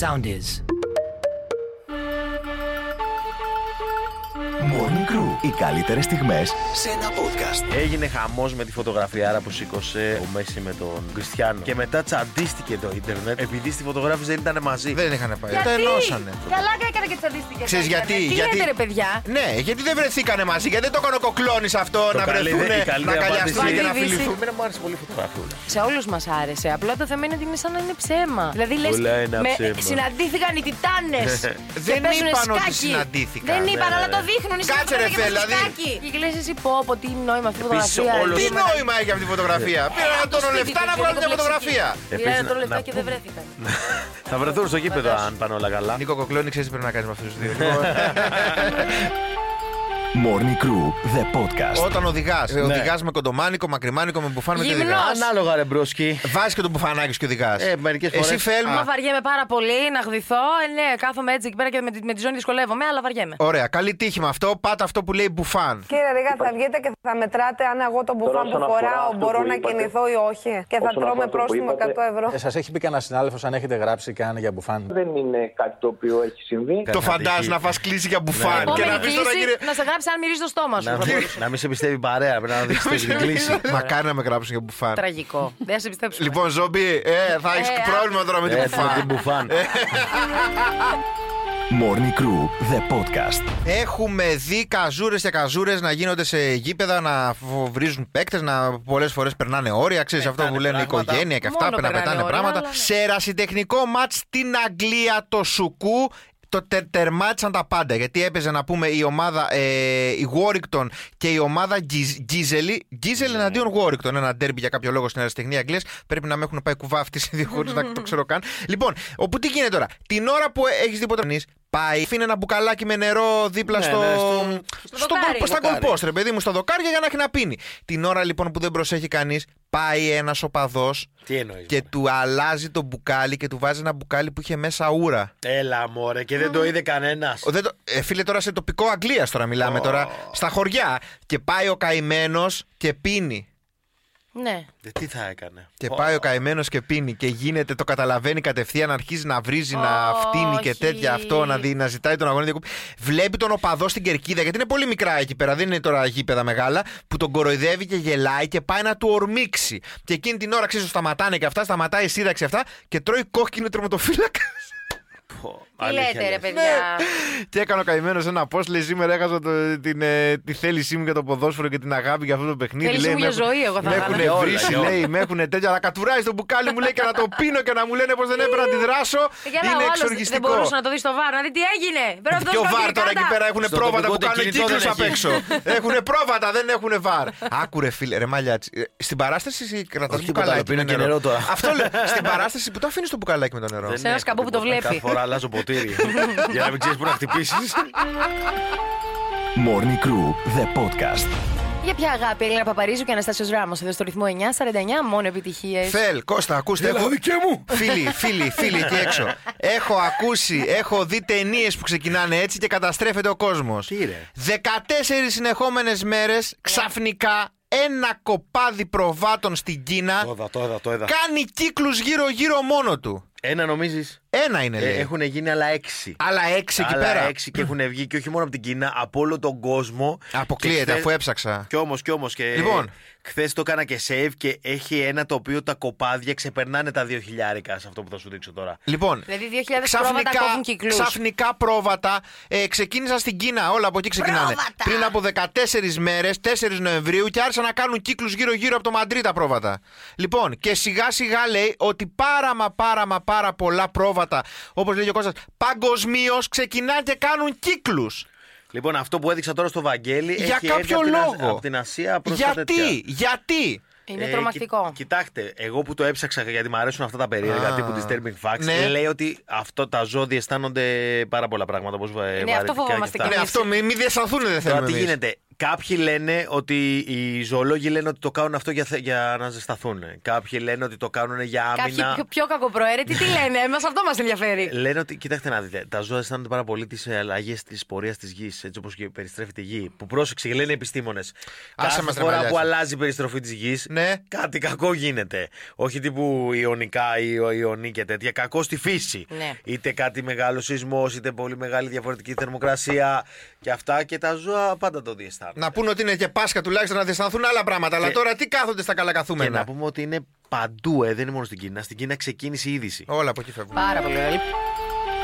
sound is. Morning Crew. Οι καλύτερες στιγμές σε ένα podcast. Έγινε χαμός με τη φωτογραφία άρα που σήκωσε ο Μέση με τον Κριστιανό. Και μετά τσαντίστηκε το Ιντερνετ επειδή στη φωτογράφηση δεν ήταν μαζί. Δεν είχαν πάει. Γιατί? Τα ενώσανε. Καλά έκανε και τσαντίστηκε. Ξέρεις έκανε. γιατί, Ε, Τι γιατί- λέτε ρε παιδιά. Ναι, γιατί δεν βρεθήκανε μαζί, γιατί δεν το έκανε ο κοκλώνης αυτό Το να καλή- βρεθούν, η καλύτερη να καλιαστούν απάντηση. και να Βαρύβηση. φιληθούν. Εμένα μου άρεσε πολύ η φωτογραφία. Σε όλους μας άρεσε. Απλά το θέμα είναι ότι είναι σαν να είναι ψέμα. Δηλαδή λες. Όλα είναι ψέμα. Συναντήθηκαν οι Τιτάνες. Δεν είπαν ότι συναντήθηκαν. Δεν Ναι, είπαν, ναι, αλλά ναι. το δείχνουν. Είσαι Κάτσε, στο ρε, φωτογραφείο φίλε, και με το δηλαδή. σκάκι. Και λες εσύ πω, πω τι νόημα αυτή η Επίσης, φωτογραφία. όλος- Τι Πήγαν να- νόημα έχει αυτή η φωτογραφία. Πήραν ένα τόνο στο σπίτι λεφτά τους, να για βγάλουν μια λίγο φωτογραφία. πλεξική. Επίσης, Πήραν να- το λεφτά Ε, να και δεν βρεθήκαν. Θα βρεθούν στο γήπεδο αν πάνε όλα καλά. Νίκο Κοκλώνη, ξέρεις τι πρέπει να κάνεις με αυτούς τους δύο. Morning Crew, the podcast. Όταν οδηγάς, οδηγάς με κοντομάνικο, μακριμάνικο, με μπουφάν, με τι Γυμνός. οδηγάς. Ανάλογα ρε μπρόσκι. Βάζεις και τον μπουφανάκι σου και οδηγάς. Ε, μερικές Εσύ φορές- Μα φέλμα. βαριέμαι πάρα πολύ να γδυθώ. Ε, ναι, κάθομαι έτσι εκεί πέρα και με τη, με τη ζώνη δυσκολεύομαι, αλλά βαριέμαι. Ωραία, καλή τύχη με αυτό. Πάτα αυτό που λέει μπουφάν. Κύριε Ρίγα, θα βγείτε και θα μετράτε αν εγώ τον Τώρα, μπουφάν που όσον αφορά φοράω αυτό μπορώ που να είπατε, κινηθώ ή όχι και θα όσον αφορά τρώμε αυτό που πρόστιμο 100 είπατε, ευρώ. Ε, Σας έχει πει κανένα συνάδελφος αν έχετε γράψει καν για μπουφάν. Δεν είναι κάτι το οποίο έχει συμβεί. Το Καθαρή. φαντάζ να φας κλίση για μπουφάν. Και να Επόμενη πεις τώρα, κλίση, κύριε. να σε γράψει αν μυρίζει το στόμα σου. Να, θα μπορούσε. να μην σε πιστεύει η παρέα, πρέπει να δείξει την κλίση. Μακάρι να με γράψουν για μπουφάν. Τραγικό. Δεν θα σε πιστέψω. Λοιπόν, ζόμπι, ε, θα έχεις Ε, πρόβλημα τώρα με την Έτσι με την μπουφάν. μπουφάν. Morning Crew, the podcast. Έχουμε δει καζούρες και καζούρες να γίνονται σε γήπεδα, να φοβρίζουν παίκτες, να πολλές φορές περνάνε όρια. Ξέρεις αυτό που λένε πράγματα. οικογένεια και αυτά, Μόνο να πετάνε περνάνε όρια, πράγματα. αλλά ναι. Σε ερασιτεχνικό ματ στην Αγγλία το Σουκού το τε, τερμάτισαν τα πάντα. Γιατί έπαιζε να πούμε η ομάδα ε, η Warrington και η ομάδα Γκίζ- Γκίζελη. Γκίζελ Ναι. εναντίον Warrington. Ένα ντέρμπι για κάποιο λόγο στην αεραστεχνία Αγγλίας. Πρέπει να με έχουν πάει κουβά αυτοί οι δύο χωρί να το ξέρω καν. Λοιπόν, όπου τι γίνεται τώρα. Την ώρα που έχεις τίποτα πάει, αφήνει ένα μπουκαλάκι με νερό δίπλα στο. Ναι, στο στο δοκάρι. στα κολπόστ, ρε παιδί μου, στα δοκάρια για να έχει να πίνει. Την ώρα λοιπόν που δεν προσέχει κανείς, πάει ένας οπαδός Τι εννοείς. και του αλλάζει το μπουκάλι και του βάζει ένα μπουκάλι που είχε μέσα ούρα. Έλα μωρέ και δεν το είδε κανένας. Ο, δεν το- ε, φίλε, τώρα σε τοπικό Αγγλίας τώρα μιλάμε τώρα. Στα χωριά. Και πάει ο καημένος και πίνει. Ναι. Ε, Τι θα έκανε. Και πάει ο καημένος και πίνει. Και γίνεται, το καταλαβαίνει κατευθείαν, αρχίζει να βρίζει, να φτύνει και Όχι. τέτοια αυτό, να, δει, να ζητάει τον αγώνα διακοπή. Βλέπει τον οπαδό στην κερκίδα, γιατί είναι πολύ μικρά εκεί πέρα, δεν είναι τώρα γήπεδα μεγάλα, που τον κοροϊδεύει και γελάει και πάει να του ορμήξει. Και εκείνη την ώρα, ξέρεις, το σταματάνε και αυτά, σταματάει η σύνταξη αυτά και τρώει κόκκινο τροματοφύλακα. Τι Αλήθεια λέτε ρε Ναι. λες. παιδιά. και έκανε ο καημένο ένα πώ, λέει σήμερα έχασα το- την, ε, τη θέλησή μου για το ποδόσφαιρο και την αγάπη για αυτό το παιχνίδι. Θέλησή λέει, μου «Με για έχουν- ζωή, εγώ θα Με έκανα». Για έχουν όλα, βρήσει, για όλα. λέει, με έχουν τέτοια. Να κατουράζει το μπουκάλι μου, λέει, και να το πίνω και να μου λένε πως δεν έπρεπε να αντιδράσω. Για να Είναι ο άλλος δεν εξοργιστικό. μπορούσε να το δει στο βάρο, να δει τι έγινε. Πρέπει να το Και ο δώσει βαρ κάποια τώρα εκεί κάρτα. πέρα έχουν Στο πρόβατα που τοπικό κάνουν κινητό κύκλου δεν απ' έχει. έξω. Έχουν πρόβατα, δεν έχουν βάρ. Άκουρε φίλε, ρε μαλλιάτσι. Ε, Στην παράσταση κρατά τίποτα άλλο, μπουκαλάκι. με πίνω και νερό τώρα. Αυτό λέω. Στην παράσταση που το αφήνεις το μπουκαλάκι με το νερό. Δεν Σε ένα έχω σκαμπό που το τίποτα. βλέπει. Ναι, Κάθε φορά αλλάζω ποτήρι. για να μην ξέρεις που να χτυπήσεις. Morning Crew, the podcast. Για ποια αγάπη, Έλληνα Παπαρίζου και Αναστάσιος Ράμος. Εδώ στο ρυθμό 949, μόνο επιτυχίες. Φελ, Κώστα, ακούστε. Έχω... Φίλοι, φίλοι, φίλοι εκεί έξω. Έχω ακούσει, έχω δει ταινίες που ξεκινάνε έτσι και καταστρέφεται ο κόσμος. Τι ρε. 14 συνεχόμενες μέρες ξαφνικά ένα κοπάδι προβάτων στην Κίνα Το είδα, το είδα, το είδα. κάνει κύκλους γύρω-γύρω μόνο του. Ένα νομίζεις. Ένα είναι Ε, λέει. Ε, Έχουν γίνει άλλα έξι. Άλλα έξι εκεί Άλλα πέρα. έξι και έχουν βγει και όχι μόνο από την Κίνα, από όλο τον κόσμο. Αποκλείεται, Και χθες- αφού έψαξα. Κι όμως, κι όμως. Και... Λοιπόν. Χθες το έκανα και save και έχει ένα το οποίο τα κοπάδια ξεπερνάνε τα δύο χιλιάρικα σε αυτό που θα σου δείξω τώρα. Λοιπόν, Δηλαδή 2.000 πρόβατα κόβουν κύκλους. ξαφνικά πρόβατα ε, ξεκίνησαν στην Κίνα. Όλα από εκεί ξεκινάνε. Πριν από 14 μέρε, 4 Νοεμβρίου, και άρχισαν να κάνουν κύκλους γύρω-γύρω από το Μαντρί τα πρόβατα. Λοιπόν, και σιγά-σιγά λέει ότι πάρα μα πάρα μα πάρα πολλά πρόβατα, όπως λέει και ο Κώστας, παγκοσμίως ξεκινάνε και κάνουν κύκλους. Λοιπόν, αυτό που έδειξα τώρα στο Βαγγέλη. Για έχει έρθει κάποιο από την Α- λόγο. από την Ασία προς τα τέτοια. Γιατί, γιατί. Είναι Ε, τρομακτικό. κοι- κοιτάξτε, εγώ που το έψαξα γιατί μου αρέσουν αυτά τα περίεργα Α, τύπου disturbing facts, ναι. λέει ότι αυτό, τα ζώδια αισθάνονται πάρα πολλά πράγματα. Όπως βα- αυτό βαρετικά και φοβόμαστε αυτά. κι Ναι, εμείς. αυτό μη, μη διαισθανθούν δεν Τώρα θέλουμε. τι εμείς. γίνεται. Κάποιοι λένε ότι οι ζωολόγοι λένε ότι το κάνουν αυτό για, θε- για να ζεσταθούν. Κάποιοι λένε ότι το κάνουν για Κάποιοι άμυνα. πιο, πιο κακοπροαίρετοι τι λένε, εμάς αυτό μας Ε, ενδιαφέρει. Λένε ότι, κοιτάξτε να δείτε, τα ζώα αισθάνονται πάρα πολύ ε, τις αλλαγές της πορείας της γης, έτσι όπως περιστρέφει τη γη. Που πρόσεξε, λένε οι επιστήμονε. Κάθε μας φορά που τρεμαλιάσεις. αλλάζει η περιστροφή της γης, Ναι. κάτι κακό γίνεται. Όχι τύπου ιονικά ή ο- ιονί και τέτοια. Κακό στη φύση. Ναι. Είτε κάτι μεγάλο σεισμός, είτε πολύ μεγάλη διαφορετική θερμοκρασία και αυτά. Και τα ζώα πάντα το διαισθάνονται. Να πούνε ότι είναι και Πάσχα τουλάχιστον να διαισθανθούν άλλα πράγματα. Αλλά Και- τώρα τι κάθονται στα καλά Και να καθούμενα. πούμε ναι. ότι είναι παντού, ε, δεν είναι μόνο στην Κίνα. Στην Κίνα ξεκίνησε η είδηση. Όλα από εκεί φεύγουν. Πάρα πολύ ωραία.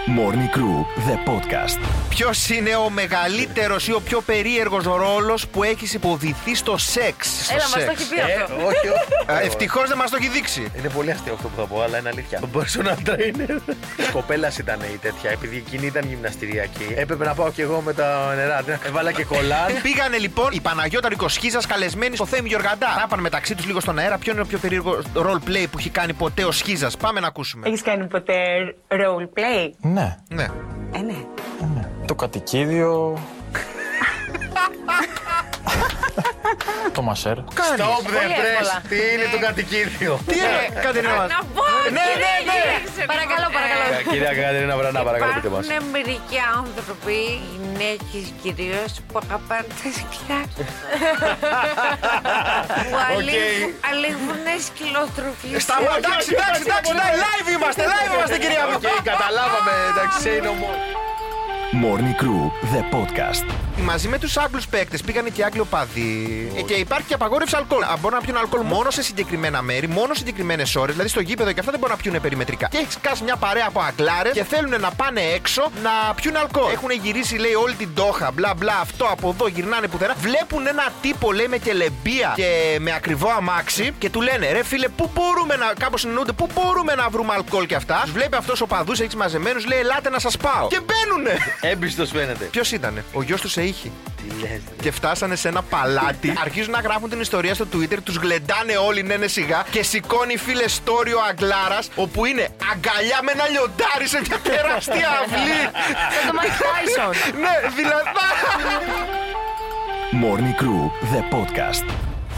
Morning Crew, the podcast. Ποιος είναι ο μεγαλύτερος ή ο πιο περίεργος ρόλος που έχεις υποδηθεί στο σεξ. Έλα, μας το έχει πει Ε, αυτό. όχι, όχι. Ευτυχώς δεν μας το έχει δείξει. Είναι πολύ αστείο αυτό που θα πω, αλλά είναι αλήθεια. Ο personal trainer. Κοπέλας ήταν η τέτοια, επειδή εκείνη ήταν γυμναστηριακή. Έπρεπε να πάω κι εγώ με τα νερά. Έβαλα και κολλάν. Πήγανε λοιπόν η Παναγιώτα Ρικοσχίζας καλεσμένη στο Θέμη Γιοργαντά. Να πάνε μεταξύ τους λίγο στον αέρα. Ποιο είναι ο πιο περίεργο role play που έχει κάνει ποτέ ο Σχίζας. Πάμε να ακούσουμε. Έχεις κάνει ποτέ role play. Ναι, Ναι. Ε, ναι. ναι. Το κατοικίδιο. το μασέρ. Stop the Πολύ εύκολα. Ναι. press. Τι είναι το κατοικίδιο. Τι έκανε, Ε, κάτι να μας- Να πω, Ναι, ναι, ναι. Παρακαλώ, ε. παρακαλώ. Κυρία Κατερίνα Βρανά, παρακαλώ πείτε μας. Υπάρχουν μερικοί άνθρωποι, γυναίκες κυρίως, που αγαπάνε τα σκυλιά τους. που Οκ. αλείγουν- αλείγουν σκυλοτροφίες. Σταματά, εντάξει, εντάξει, εντάξει, εντάξει, live είμαστε, live είμαστε κυρία μου. Οκ, καταλάβαμε. Εντάξει, είναι ομό. Morning Crew, the podcast. Μαζί με τους Άγγλους παίκτες πήγανε και Άγγλοι οπαδοί. Ε, Και υπάρχει και απαγόρευση αλκοόλ. Α, μπορούν να πιούν αλκοόλ μόνο σε συγκεκριμένα μέρη, μόνο συγκεκριμένες ώρες. Δηλαδή στο γήπεδο και αυτά δεν μπορούν να πιούν περιμετρικά. Και έχεις κάσει μια παρέα από Αγγλάρες και θέλουν να πάνε έξω να πιούν αλκοόλ. Έχουν γυρίσει, λέει, όλη την τόχα. Μπλα μπλα, αυτό από εδώ γυρνάνε πουθενά. Βλέπουν ένα τύπο, λέει, με κελεμπία και με ακριβό αμάξι και του λένε ρε φίλε, πού μπορούμε να. Κάπως συνεννοούνται, πού μπορούμε να βρούμε αλκοόλ και αυτά. Τους βλέπει αυτός ο παδού, έχεις μαζεμένους, λέει, ελάτε να σας πάω. Και μπαίνουνε. Έμπιστος φαίνεται. Ποιος ήταν, ο γιος τους σε ήχη Τι λες. και φτάσανε σε ένα παλάτι. Αρχίζουν να γράφουν την ιστορία στο Twitter, τους γλεντάνε όλοι, ναι, ναι, σιγά. Και σηκώνει φίλε στόριο Αγκλάρας, όπου είναι αγκαλιά με ένα λιοντάρι σε μια τεράστια αυλή. Με το Mike Tyson. ναι, δηλαδή. Morning Crew, the podcast.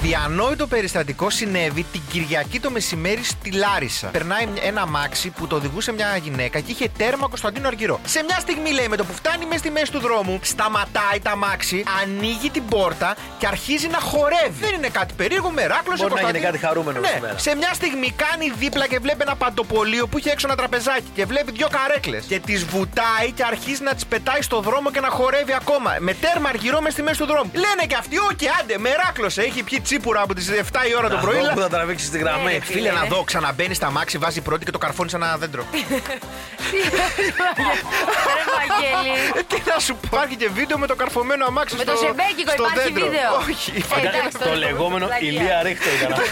Διανόητο περιστατικό συνέβη την Κυριακή το μεσημέρι στη Λάρισα. Περνάει μια- ένα μάξι που το οδηγούσε μια γυναίκα και είχε τέρμα Κωνσταντίνο Αργυρό. Σε μια στιγμή, λέει, με το που φτάνει μέσα στη μέση του δρόμου, σταματάει τα μάξι, ανοίγει την πόρτα και αρχίζει να χορεύει. Δεν είναι κάτι περίεργο, μεράκλο, Μπορεί να γίνει κάτι χαρούμενο ναι. σήμερα. Σε μια στιγμή κάνει δίπλα και βλέπει ένα παντοπολείο που είχε έξω ένα τραπεζάκι και βλέπει δύο καρέκλες. Και τις βουτάει και αρχίζει να τις πετάει στο δρόμο και να χορεύει ακόμα. Με τέρμα αργυρό μες στη μέση του δρόμου. Λένε και αυτοί, όχι, άντε, μεράκλωσε. Έχει πιει τσίπουρα από τις 7 η ώρα το Να πρωί. δω αλλά- που θα τραβήξεις τη Ναι, γραμμή. Ε, Φίλε, να δω, ξαναμπαίνεις στα μάξι, βάζει πρώτη και το καρφώνεις σε ένα δέντρο. Ρε Βαγγέλη. Ε, Τι να σου πω, υπάρχει και βίντεο με το καρφωμένο αμάξι Με στο το ζεμπέκικο στο υπάρχει δέντρο. βίντεο. Όχι, Ε, εντάξει, Το λεγόμενο πλακία. Ηλία Ρίχτο ήταν αυτό.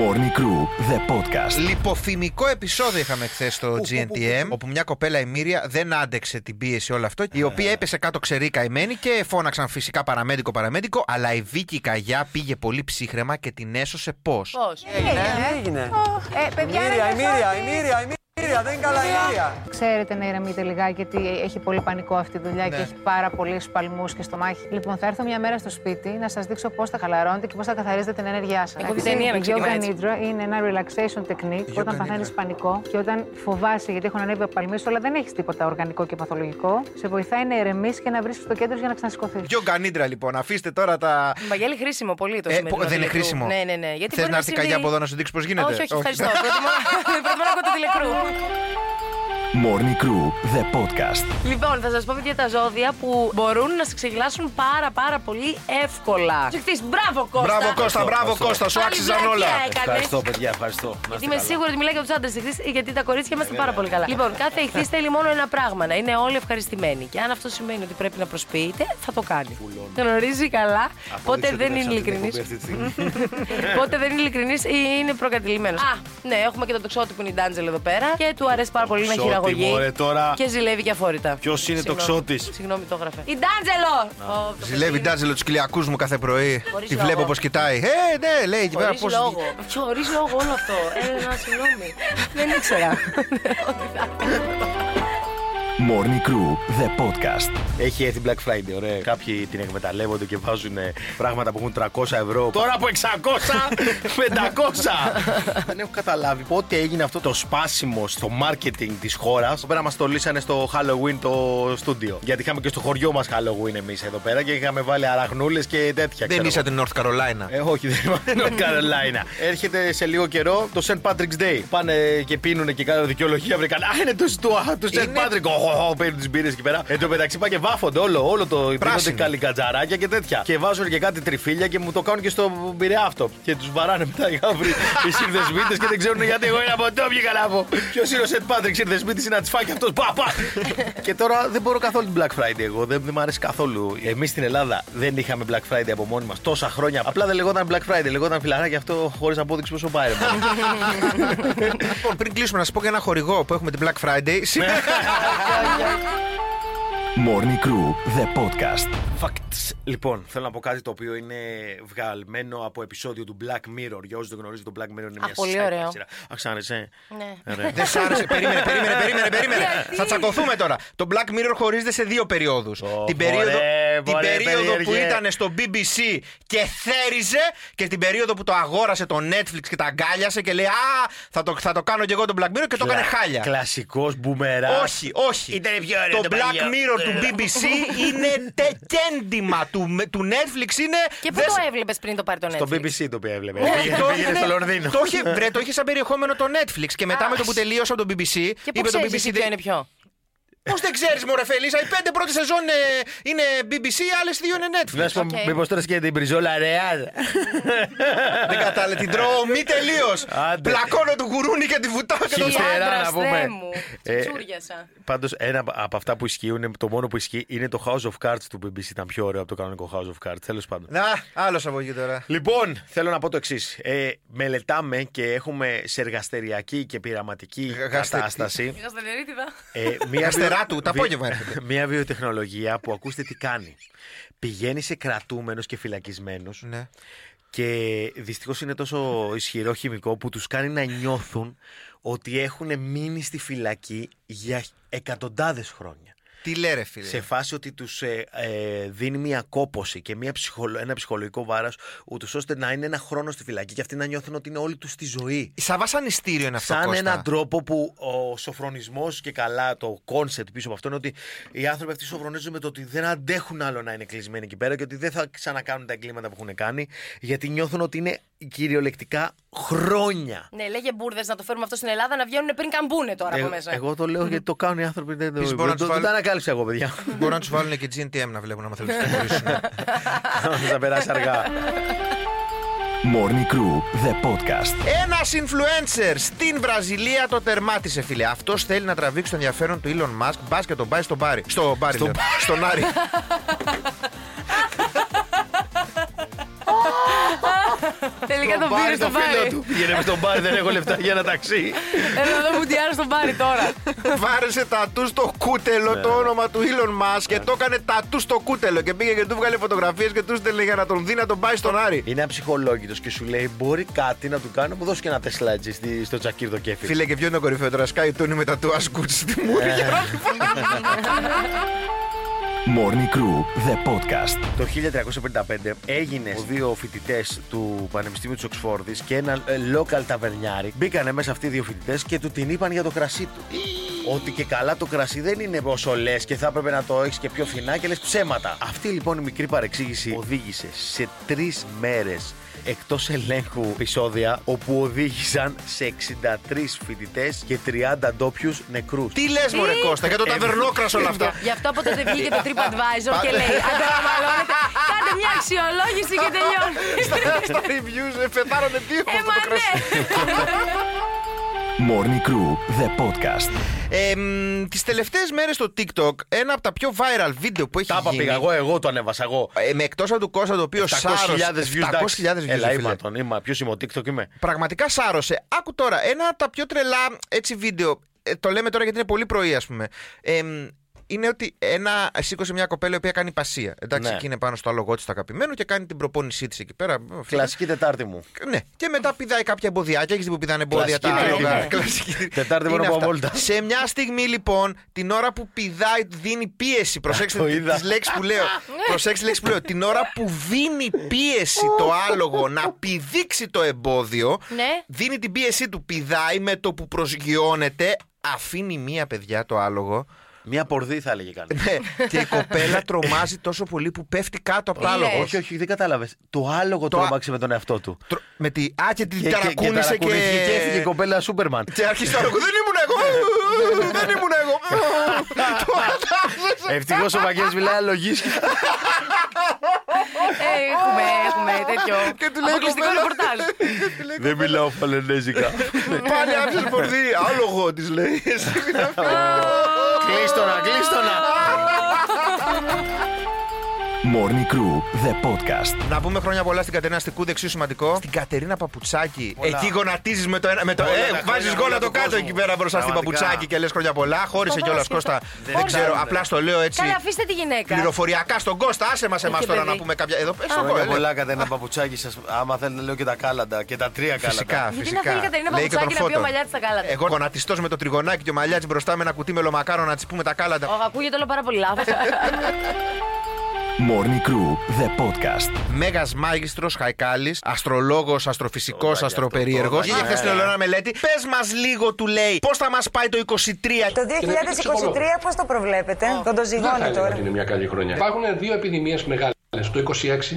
Morning Crew, the podcast. Λιποφημικό επεισόδιο είχαμε χθες στο GNTM, όπου μια κοπέλα η Μύρια δεν άντεξε την πίεση όλο αυτό, η οποία έπεσε κάτω ξερή καημένη και φώναξαν φυσικά παραμέντικο παραμέντικο, αλλά η Βίκη η Καγιά πήγε πολύ ψύχρεμα και την έσωσε πώς. Πώς. Ε, παιδιά, Μύρια, η Μύρια, η Μύρια, η Μύρια, δεν είναι καλά η Μύρια. Ξέρετε να ηρεμείτε λιγάκι, γιατί έχει πολύ πανικό αυτή η δουλειά Ναι. και έχει πάρα πολλούς σπαλμού και στο μάχη. Λοιπόν, θα έρθω μια μέρα στο σπίτι να σας δείξω πώς θα χαλαρώνετε και πώς θα καθαρίζετε την ενέργειά σας. Εγώ την ταινία με ξεκινάει έτσι. Nidra είναι ένα relaxation technique που όταν παθαίνεις πανικό και όταν φοβάσαι γιατί έχουν ανέβει απαλμίες, αλλά δεν έχεις τίποτα οργανικό και παθολογικό, σε βοηθάει να ηρεμήσει και να βρει στο κέντρο για να ξανασηκωθείς. Γιο Γκανίντρα λοιπόν, αφήστε τώρα τα. Βαγγέλη, χρήσιμο πολύ το Ε, σημερινό. πο- δεν είναι τηλεκρού. χρήσιμο. Ναι, ναι, ναι. Γιατί Θες μπορεί να έρθει η συμβεί- Καγιά από εδώ να σου δείξει πώς γίνεται? Όχι, όχι, Όχι. ευχαριστώ. Προτιμώ προτιμώ να ακούω το τηλεκρού. Morning Crew, the podcast. Λοιπόν, θα σας πω παιδιά τα ζώδια που μπορούν να σε ξεγελάσουν πάρα πάρα πολύ εύκολα. Ψυχτή, μπράβο Κώστα! Μπράβο Κώστα, μπράβο Κώστα, σου Πάλι άξιζαν βλακιά όλα. έκανες. Ευχαριστώ, παιδιά, ευχαριστώ. Να είστε Είμαι καλά. σίγουρη ότι μιλάει για τους άντρες ηχθεί, γιατί τα κορίτσια είμαστε πάρα πολύ καλά. Λοιπόν, κάθε ηχθής θέλει μόνο ένα πράγμα: να είναι όλοι ευχαριστημένοι. Και αν αυτό σημαίνει ότι πρέπει να προσποιείται, θα το κάνει. Γνωρίζει καλά, πότε δεν είναι ειλικρινή. Πότε δεν είναι ειλικρινής ή είναι προκατηλημένος. Α, ναι, έχουμε και τον τοξότη που είναι η Ντάντζελ εδώ πέρα και του αρέσει πάρα πολύ να Τοξότη, χειραγωγεί. μωρέ, τώρα. Και ζηλεύει και αφόρητα. Ποιος είναι Συγγνώμη. τοξότης? Συγγνώμη, το έγραφε. Η Ντάντζελο! Ο- το Ζηλεύει παιδί- Ντάζελο του κυλιακού μου κάθε πρωί. Χωρίς Τη λόγο. βλέπω πώ κοιτάει. Ε, ναι, λέει εκεί πέρα Χωρίς πώς. λόγο. Χωρίς λόγο όλο Ε, αυτό. Έλενα, συγγνώμη. Δεν ήξερα. Morning Crew, the podcast. Έχει έρθει Black Friday, ωραία. Κάποιοι την εκμεταλλεύονται και βάζουν ε, πράγματα που έχουν 300 ευρώ. Τώρα από 600, 500. Δεν έχω καταλάβει πότε έγινε αυτό το σπάσιμο στο marketing της χώρας. Εδώ πέρα μας το λύσανε στο Halloween το στούντιο. Γιατί είχαμε και στο χωριό μας Halloween εμείς εδώ πέρα και είχαμε βάλει αραχνούλες και τέτοια. Δεν ξέρω είσαι από την North Carolina. ε, όχι, δεν είμαι Καρολάινα. Έρχεται σε λίγο καιρό το St. Patrick's Day. Πάνε και πίνουν και κάνουν δικαιολογία. Βρήκαν. Α, είναι το Στουά, του St. Είναι- Patrick. Οχ, οχ, παίρνουν τις μπύρες εκεί πέρα. Εν τω μεταξύ πάνε και βάφονται όλο, όλο το. Πίνονται Πράσινο. καλικατζαράκια και τέτοια. Και βάζουν και κάτι τριφύλια και μου το κάνουν και στο μπειρεά αυτό. Και τους βαράνε μετά οι γάβροι οι σύνδεσμίτε και δεν ξέρουν γιατί εγώ ένα ποτό βγήκα να πω. Ποιο είναι ο St. Patrick σύνδεσμίτη είναι να τι φάει και αυτό. Παπα! και τώρα δεν μπορώ καθόλου την Black Friday εγώ. Δεν, δεν μου αρέσει καθόλου. Εμείς στην Ελλάδα δεν είχαμε Black Friday από μόνοι μας τόσα χρόνια. Απλά δεν λεγόταν Black Friday, λεγόταν φιλαράκι αυτό χωρίς απόδειξη πόσο πάει. ρε παιδί. λοιπόν, πριν κλείσουμε, να σας πω για ένα χορηγό που έχουμε την Black Friday. Morning Crew, the podcast. Facts. Λοιπόν, θέλω να πω κάτι το οποίο είναι βγαλμένο από επεισόδιο του Black Mirror. Για όσου δεν γνωρίζετε, το Black Mirror είναι μια πολύ sci-fi ωραίο. σειρά. Αχ, σ' άρεσε. Ναι. Ωραία. Δεν σ' άρεσε. Περίμενε, περίμενε, περίμενε. περίμενε. Θα τσακωθούμε τώρα. Το Black Mirror χωρίζεται σε δύο περιόδους. Ω, Την περίοδο, μωρέ, την μωρέ, περίοδο που περίεργε. ήταν στο BBC και θέριζε και την περίοδο που το αγόρασε το Netflix και τα αγκάλιασε και λέει Α, θα το, θα το κάνω και εγώ τον Black Mirror και το έκανε χάλια. Κλασικός μπούμερας. Όχι, όχι. Ήτανε πιο ωραίο το το Black παλιό. Mirror του BBC είναι τεκέντημα. του, του Netflix είναι. Και πού δες- το έβλεπες πριν το πάρει το Στο Netflix. BBC το οποίο έβλεπε. Όχι, Πήγαινε- το ναι. Πήγαινε είχε- στο Λονδίνο. Το είχε, βρε, το είχε σαν περιεχόμενο το Netflix και μετά Α. με το που τελείωσα από το BBC. Και το πού ξέρεις εσύ ποιο είναι ποιο. Πώς δεν ξέρεις, Μωρέ Φελίσσα, οι πέντε πρώτες σεζόν είναι, είναι BBC, οι άλλες δύο είναι Να Netflix. σου πω, Οκ. μήπω τώρα σκέφτεται την πριζόλα ρεάλ. δεν κατάλαβε, την τρώω μη τελείως. Άντε. Πλακώνω του γουρούνι και τη βουτάω και το Χι- σκέφτομαι. Ύστερα, Άντρας, να Θεέ πούμε. μου. Ε, Τσούριασα. Πάντως, ένα από αυτά που ισχύουν, το μόνο που ισχύει είναι το House of Cards του BBC. Ήταν πιο ωραίο από το κανονικό House of Cards. Τέλος πάντων. Να, άλλο από εκεί τώρα. Λοιπόν, θέλω να πω το εξής. Ε, μελετάμε και έχουμε σε εργαστεριακή και πειραματική Εργαστε- κατάσταση. Πήγα στην Ερήτιδα. Ε, μια Αστερά του, το απόγευμα έρχεται. Μια βιοτεχνολογία που ακούστε τι κάνει. Πηγαίνει σε κρατούμενους και φυλακισμένους Ναι. και δυστυχώς είναι τόσο ισχυρό χημικό που τους κάνει να νιώθουν ότι έχουν μείνει στη φυλακή για εκατοντάδες χρόνια. Τι λέρε, φίλε. Σε φάση ότι τους ε, ε, δίνει μια κόποση και μια ψυχολο- ένα ψυχολογικό βάρος, ούτως ώστε να είναι ένα χρόνο στη φυλακή και αυτοί να νιώθουν ότι είναι όλοι τους στη ζωή. Σαν βασανιστήριο είναι αυτό. Σαν Κώστα. έναν τρόπο που ο σοφρονισμός και καλά το κόνσεπτ πίσω από αυτό είναι ότι οι άνθρωποι αυτοί σοφρονίζουν με το ότι δεν αντέχουν άλλο να είναι κλεισμένοι εκεί πέρα και ότι δεν θα ξανακάνουν τα εγκλήματα που έχουν κάνει, γιατί νιώθουν ότι είναι κυριολεκτικά χρόνια. Ναι, λέγε μπουρδες να το φέρουμε αυτό στην Ελλάδα να βγαίνουν πριν καμπούνε τώρα από Εγώ, μέσα. Ε, εγώ το λέω γιατί το κάνουν οι άνθρωποι. Δεν το, Επίσης δεν μπορώ το, να τους δεν βάλω- τα ανακάλυψα εγώ, παιδιά. Μπορούν να τους βάλουν και GNTM να βλέπουν άμα θέλουν να τους τιμωρήσουν. Θα περάσει αργά. Morning Crew, the podcast. Ένας influencer στην Βραζιλία το τερμάτισε, φίλε. Αυτός θέλει να τραβήξει το ενδιαφέρον του Elon Musk. Μπας και τον πάει στον Πάρη. Στο Πάρη, λέω. Στον Άρη. Τελικά τον Τον πήρε Πάρη, στον τον φίλο πάρει. του. Πήγαινε με στον πάρη, δεν έχω λεφτά για ένα ταξί. Έλα να δω μουντιάρα στον πάρει τώρα. Βάρεσε τατού στο Ναι. κούτελο το όνομα του Elon Musk και το έκανε τατού στο κούτελο. Και πήγε και του βγάλε φωτογραφίες και του στέλνε για να τον δει να τον πάει στον Άρη. Είναι αψυχολόγητος και σου λέει: Μπορεί κάτι να του κάνω, μου δώσει και ένα τεσλά έτσι στη- στο τσακίρ το κέφι. Φίλε, και ποιο είναι το κορυφαίος τώρα. Σκάει τούνι με τα του ασκούτ Ε. στη μούρη. Morning Crew, the podcast. Το 1355 έγινε από δύο φοιτητές του Πανεπιστημίου της Οξφόρδης και ένα ε, local ταβερνιάρι. Μπήκανε μέσα αυτοί οι δύο φοιτητές και του την είπαν για το κρασί του. Ότι και καλά το κρασί δεν είναι όσο λες και θα έπρεπε να το έχεις και πιο φθηνά και λες ψέματα. Αυτή λοιπόν η μικρή παρεξήγηση οδήγησε σε τρεις μέρες εκτός ελέγχου επεισόδια όπου οδήγησαν σε 63 φοιτητές και 30 ντόπιους νεκρούς. Τι λες, Μωρέ Κώστα, για το Ε, ταβερνόκρασο όλα αυτά. Γι' αυτό ποτέ δεν βγήκε το TripAdvisor και λέει Ανταμαλώνετε, κάντε μια αξιολόγηση και τελειώνει. Στα reviews ε, πεθάνανε δύο από Ε, αυτό μα το κρασί. ναι. Morning Crew, the podcast. Ε, Τις τελευταίες μέρες στο TikTok, ένα από τα πιο viral βίντεο που έχει Τάπα γίνει. πήγα εγώ, εγώ το ανέβασα εγώ. Ε, με εκτός από του Κώστα, το οποίο 700.000 σάρωσε. 700.000 views. εντάξει. views, Έλα, ρε είμαι φίλε. τον είμαι. Ποιος είμαι, ο TikTok είμαι. Πραγματικά σάρωσε. Άκου τώρα, ένα από τα πιο τρελά έτσι βίντεο. Ε, το λέμε τώρα γιατί είναι πολύ πρωί, ας πούμε. Ε, μ, είναι ότι ένα, σήκωσε μια κοπέλα η οποία κάνει πασία. Εντάξει, Ναι. εκεί είναι πάνω στο άλογο της το αγαπημένο και κάνει την προπόνησή της εκεί πέρα. Κλασική Τετάρτη μου. Ναι. Και μετά πηδάει κάποια εμποδιάκια. Έχεις δει που πηδάνε εμπόδια Κλασική τα τρίτη, άλογα. ναι. Κλασική. Τετάρτη Είναι μόνο από αυτά. βόλτα. Σε μια στιγμή λοιπόν, την ώρα που πηδάει, δίνει πίεση. Προσέξτε Το τι είδα. τις λέξεις που λέω. Ναι. Προσέξτε τις λέξεις που λέω. Την ώρα που δίνει πίεση το άλογο να πηδήξει το εμπόδιο, Ναι. δίνει την πίεση του, πηδάει με το που προσγειώνεται, αφήνει μία παιδιά το άλογο. Μια πορδή θα έλεγε κανένα. Ναι, και η κοπέλα τρομάζει τόσο πολύ που πέφτει κάτω από το άλογο. όχι, όχι, δεν κατάλαβες. Το άλογο Ε, Το α- τρόμαξε με τον εαυτό του. Τρο- Με τη... Α, και την Και- και- ταρακούνησε και... ταρακουνήθηκε και έφυγε η κοπέλα Σούπερμαν. Και άρχισε το άλογο. Δεν ήμουν εγώ. Δεν ήμουν εγώ. Το κατάφερες. Ευτυχώς ο Βαγγέλης μιλάει λογική. Ε, Έχουμε, έχουμε τέτοιο. Και του λέει Αποκλειστικό κοπέλα. ρεπορτάζ. Δεν μιλάω φαλενέζικα. Πάλι άφησε πορδί. Άλογο της λέει. Κλείστονα, κλείστονα. Morning Crew, the podcast. Να πούμε χρόνια πολλά στην Κατερίνα Στικούδη, εξίσου σημαντικό. Στην Κατερίνα Παπουτσάκη. Εκεί γονατίζεις με το ένα. Με το... Όλα τα Ε, χρόνια βάζει πολλά γόνα το του κάτω κόσμου. εκεί πέρα μπροστά στην Πραγματικά. Παπουτσάκη και λες χρόνια πολλά. Χώρισε Το κιόλα βάζεις Κώστα. και Δεν ξέρω, κάνουν. απλά στο λέω έτσι. Καλά, αφήστε τη γυναίκα. Πληροφοριακά στον Κώστα, άσε μας εμά Είχε τώρα παιδί. να πούμε κάποια. Εδώ πες το, Χρόνια ε, πολλά κατά ένα παπουτσάκι σας. Άμα θέλετε, λέω και τα κάλαντα. Και τα τρία κάλαντα. Φυσικά, Γιατί να φυσικά. θέλει η Κατερίνα Λέει και τον Παπουτσάκη να πει Φώτο. ο Ε. μαλλιάτη στα κάλατα. Εγώ γονατιστός με το τριγωνάκι και ο μαλλιάτη μπροστά με ένα κουτί μελομακάρο να της πούμε τα κάλαντα. Ω, Ακούγεται όλο πάρα πολύ λάθος. Morning Crew, the podcast. Μέγας μάγιστρος Χαϊκάλης, αστρολόγος, αστροφυσικός, Ωραία, αστροπερίεργος. αυτό, Είχε χθε στην Ελλάδα μελέτη. Πες μας λίγο, του λέει, πώς θα μας πάει το 23. Το 2023 πώς το προβλέπετε, τον το ζυγώνει τώρα. Είναι μια καλή χρονιά. Υπάρχουν δύο επιδημίες μεγάλες. Το 26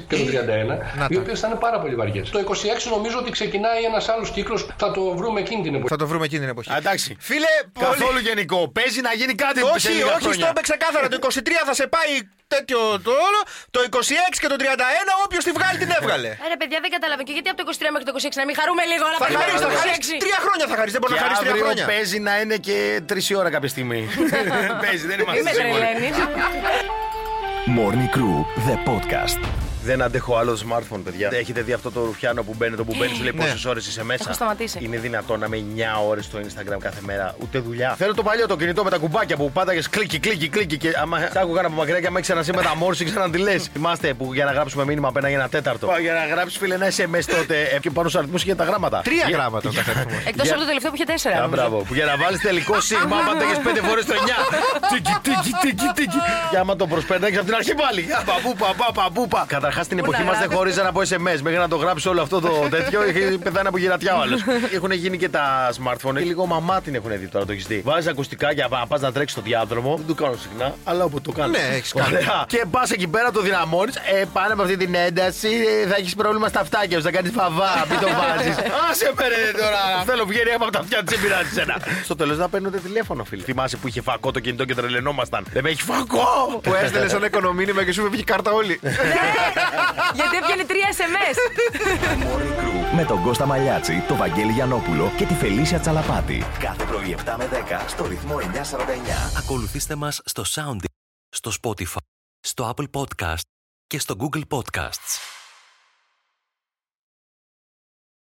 και το 31, οι οποίες θα είναι πάρα πολύ βαριές. Το 26 νομίζω ότι ξεκινάει ένας άλλος κύκλος. Θα το βρούμε εκείνη την εποχή. Θα το βρούμε εκείνη την εποχή. Α, Εντάξει. Φίλε, Καθόλου πολύ- γενικό. Παίζει να γίνει κάτι σε Όχι, λίγα όχι, χρόνια. στο έπαιξε ξεκάθαρα. Το 23 θα σε πάει τέτοιο το όλο. Το 26 και το 31, όποιος τη βγάλει την έβγαλε. Ρε παιδιά, δεν καταλαβαίνω. Και γιατί από το 23 μέχρι το 26 να μην χαρούμε λίγο, να θα χαρεί, περιμένουμε θα το χαρεί. 26. Τρία χρόνια θα χαρεί, δεν μπορεί Και να χαρεί τρία αύριο χρόνια. παίζει να είναι και τρεις ώρα κάποια στιγμή. παίζει, δεν Μη με είμαστε σίγουροι. τρελαίνει. Morning Crew, the podcast. Δεν αντέχω άλλο smartphone, παιδιά. Έχετε δει αυτό το ρουφιάνο που μπαίνει, το που μπαίνει, σου λέει πόσες ώρες είσαι μέσα. Έχω σταματήσει. Είναι δυνατόν να είμαι 9 ώρες στο Instagram κάθε μέρα, ούτε δουλειά. Θέλω το παλιό το κινητό με τα κουμπάκια που πάταγες κλικι, κλικι, κλικι. Και άμα τα άκουγα από μακριά και άμα ήξερα εσύ με τα μόρση, ήξερα να τη λες. Θυμάστε που για να γράψουμε μήνυμα πένα για ένα τέταρτο. Πάω για να γράψεις φίλε ένα SMS τότε ε, και πάνω στους αριθμούς και τα γράμματα. Τρία Για- γράμματα ο καθένας. Εκτός Για- από το τελευταίο που είχε τέσσερα. Α, νομίζω. μπράβο. Που για να βάλεις τελικό σήμα, άμα πέταγε πέντε φορές το 9. Τίκι, τίκι, τίκι, τίκι. Και άμα το προσπέταγε από την αρχή πάλι. Α, Παπού, παπά, παπούπα. Καταρχάς την εποχή μας δεν χώριζαν από SMS. Μέχρι να το γράψει όλο αυτό το τέτοιο, είχε πεθάνει από γυρατιά ο άλλος. Έχουν γίνει και τα smartphone. Και λίγο μαμά την έχουν δει τώρα, το έχεις δει. Βάζεις ακουστικά για να πας να τρέξεις στο διάδρομο. Δεν το κάνω συχνά, αλλά όπου το κάνω. Ναι, έχεις κάνει. Ωραία. Και πας εκεί πέρα το δυναμώνεις. Ε, πάνω από αυτή την ένταση ε, θα έχεις πρόβλημα στα αυτάκια σου. Θα κάνεις φαβά, μην το βάζεις. Άσε με ρε τώρα. Θέλω βγαίνει από τα αυτιά τη πειράζει σένα. Στο τέλος να παίρνετε τηλέφωνο, φίλε. Θυμάσαι που είχε φακό το κινητό και τρελαινόμασταν. Δεν με έχει φακό! Που έστελε ένα οικονομήνυμα και σου είπε πήγε κάρτα όλη. Ε, Γιατί έπιανε τρία SMS. Morning Crew με τον Κώστα Μαλιάτση, τον Βαγγέλη Γιανόπουλο και τη Φελίσια Τσαλαπάτη. Κάθε πρωί 7 με 10 στο ρυθμό 949. Ακολουθήστε μας στο Sounding, στο Spotify, στο Apple Podcast και στο Google Podcasts.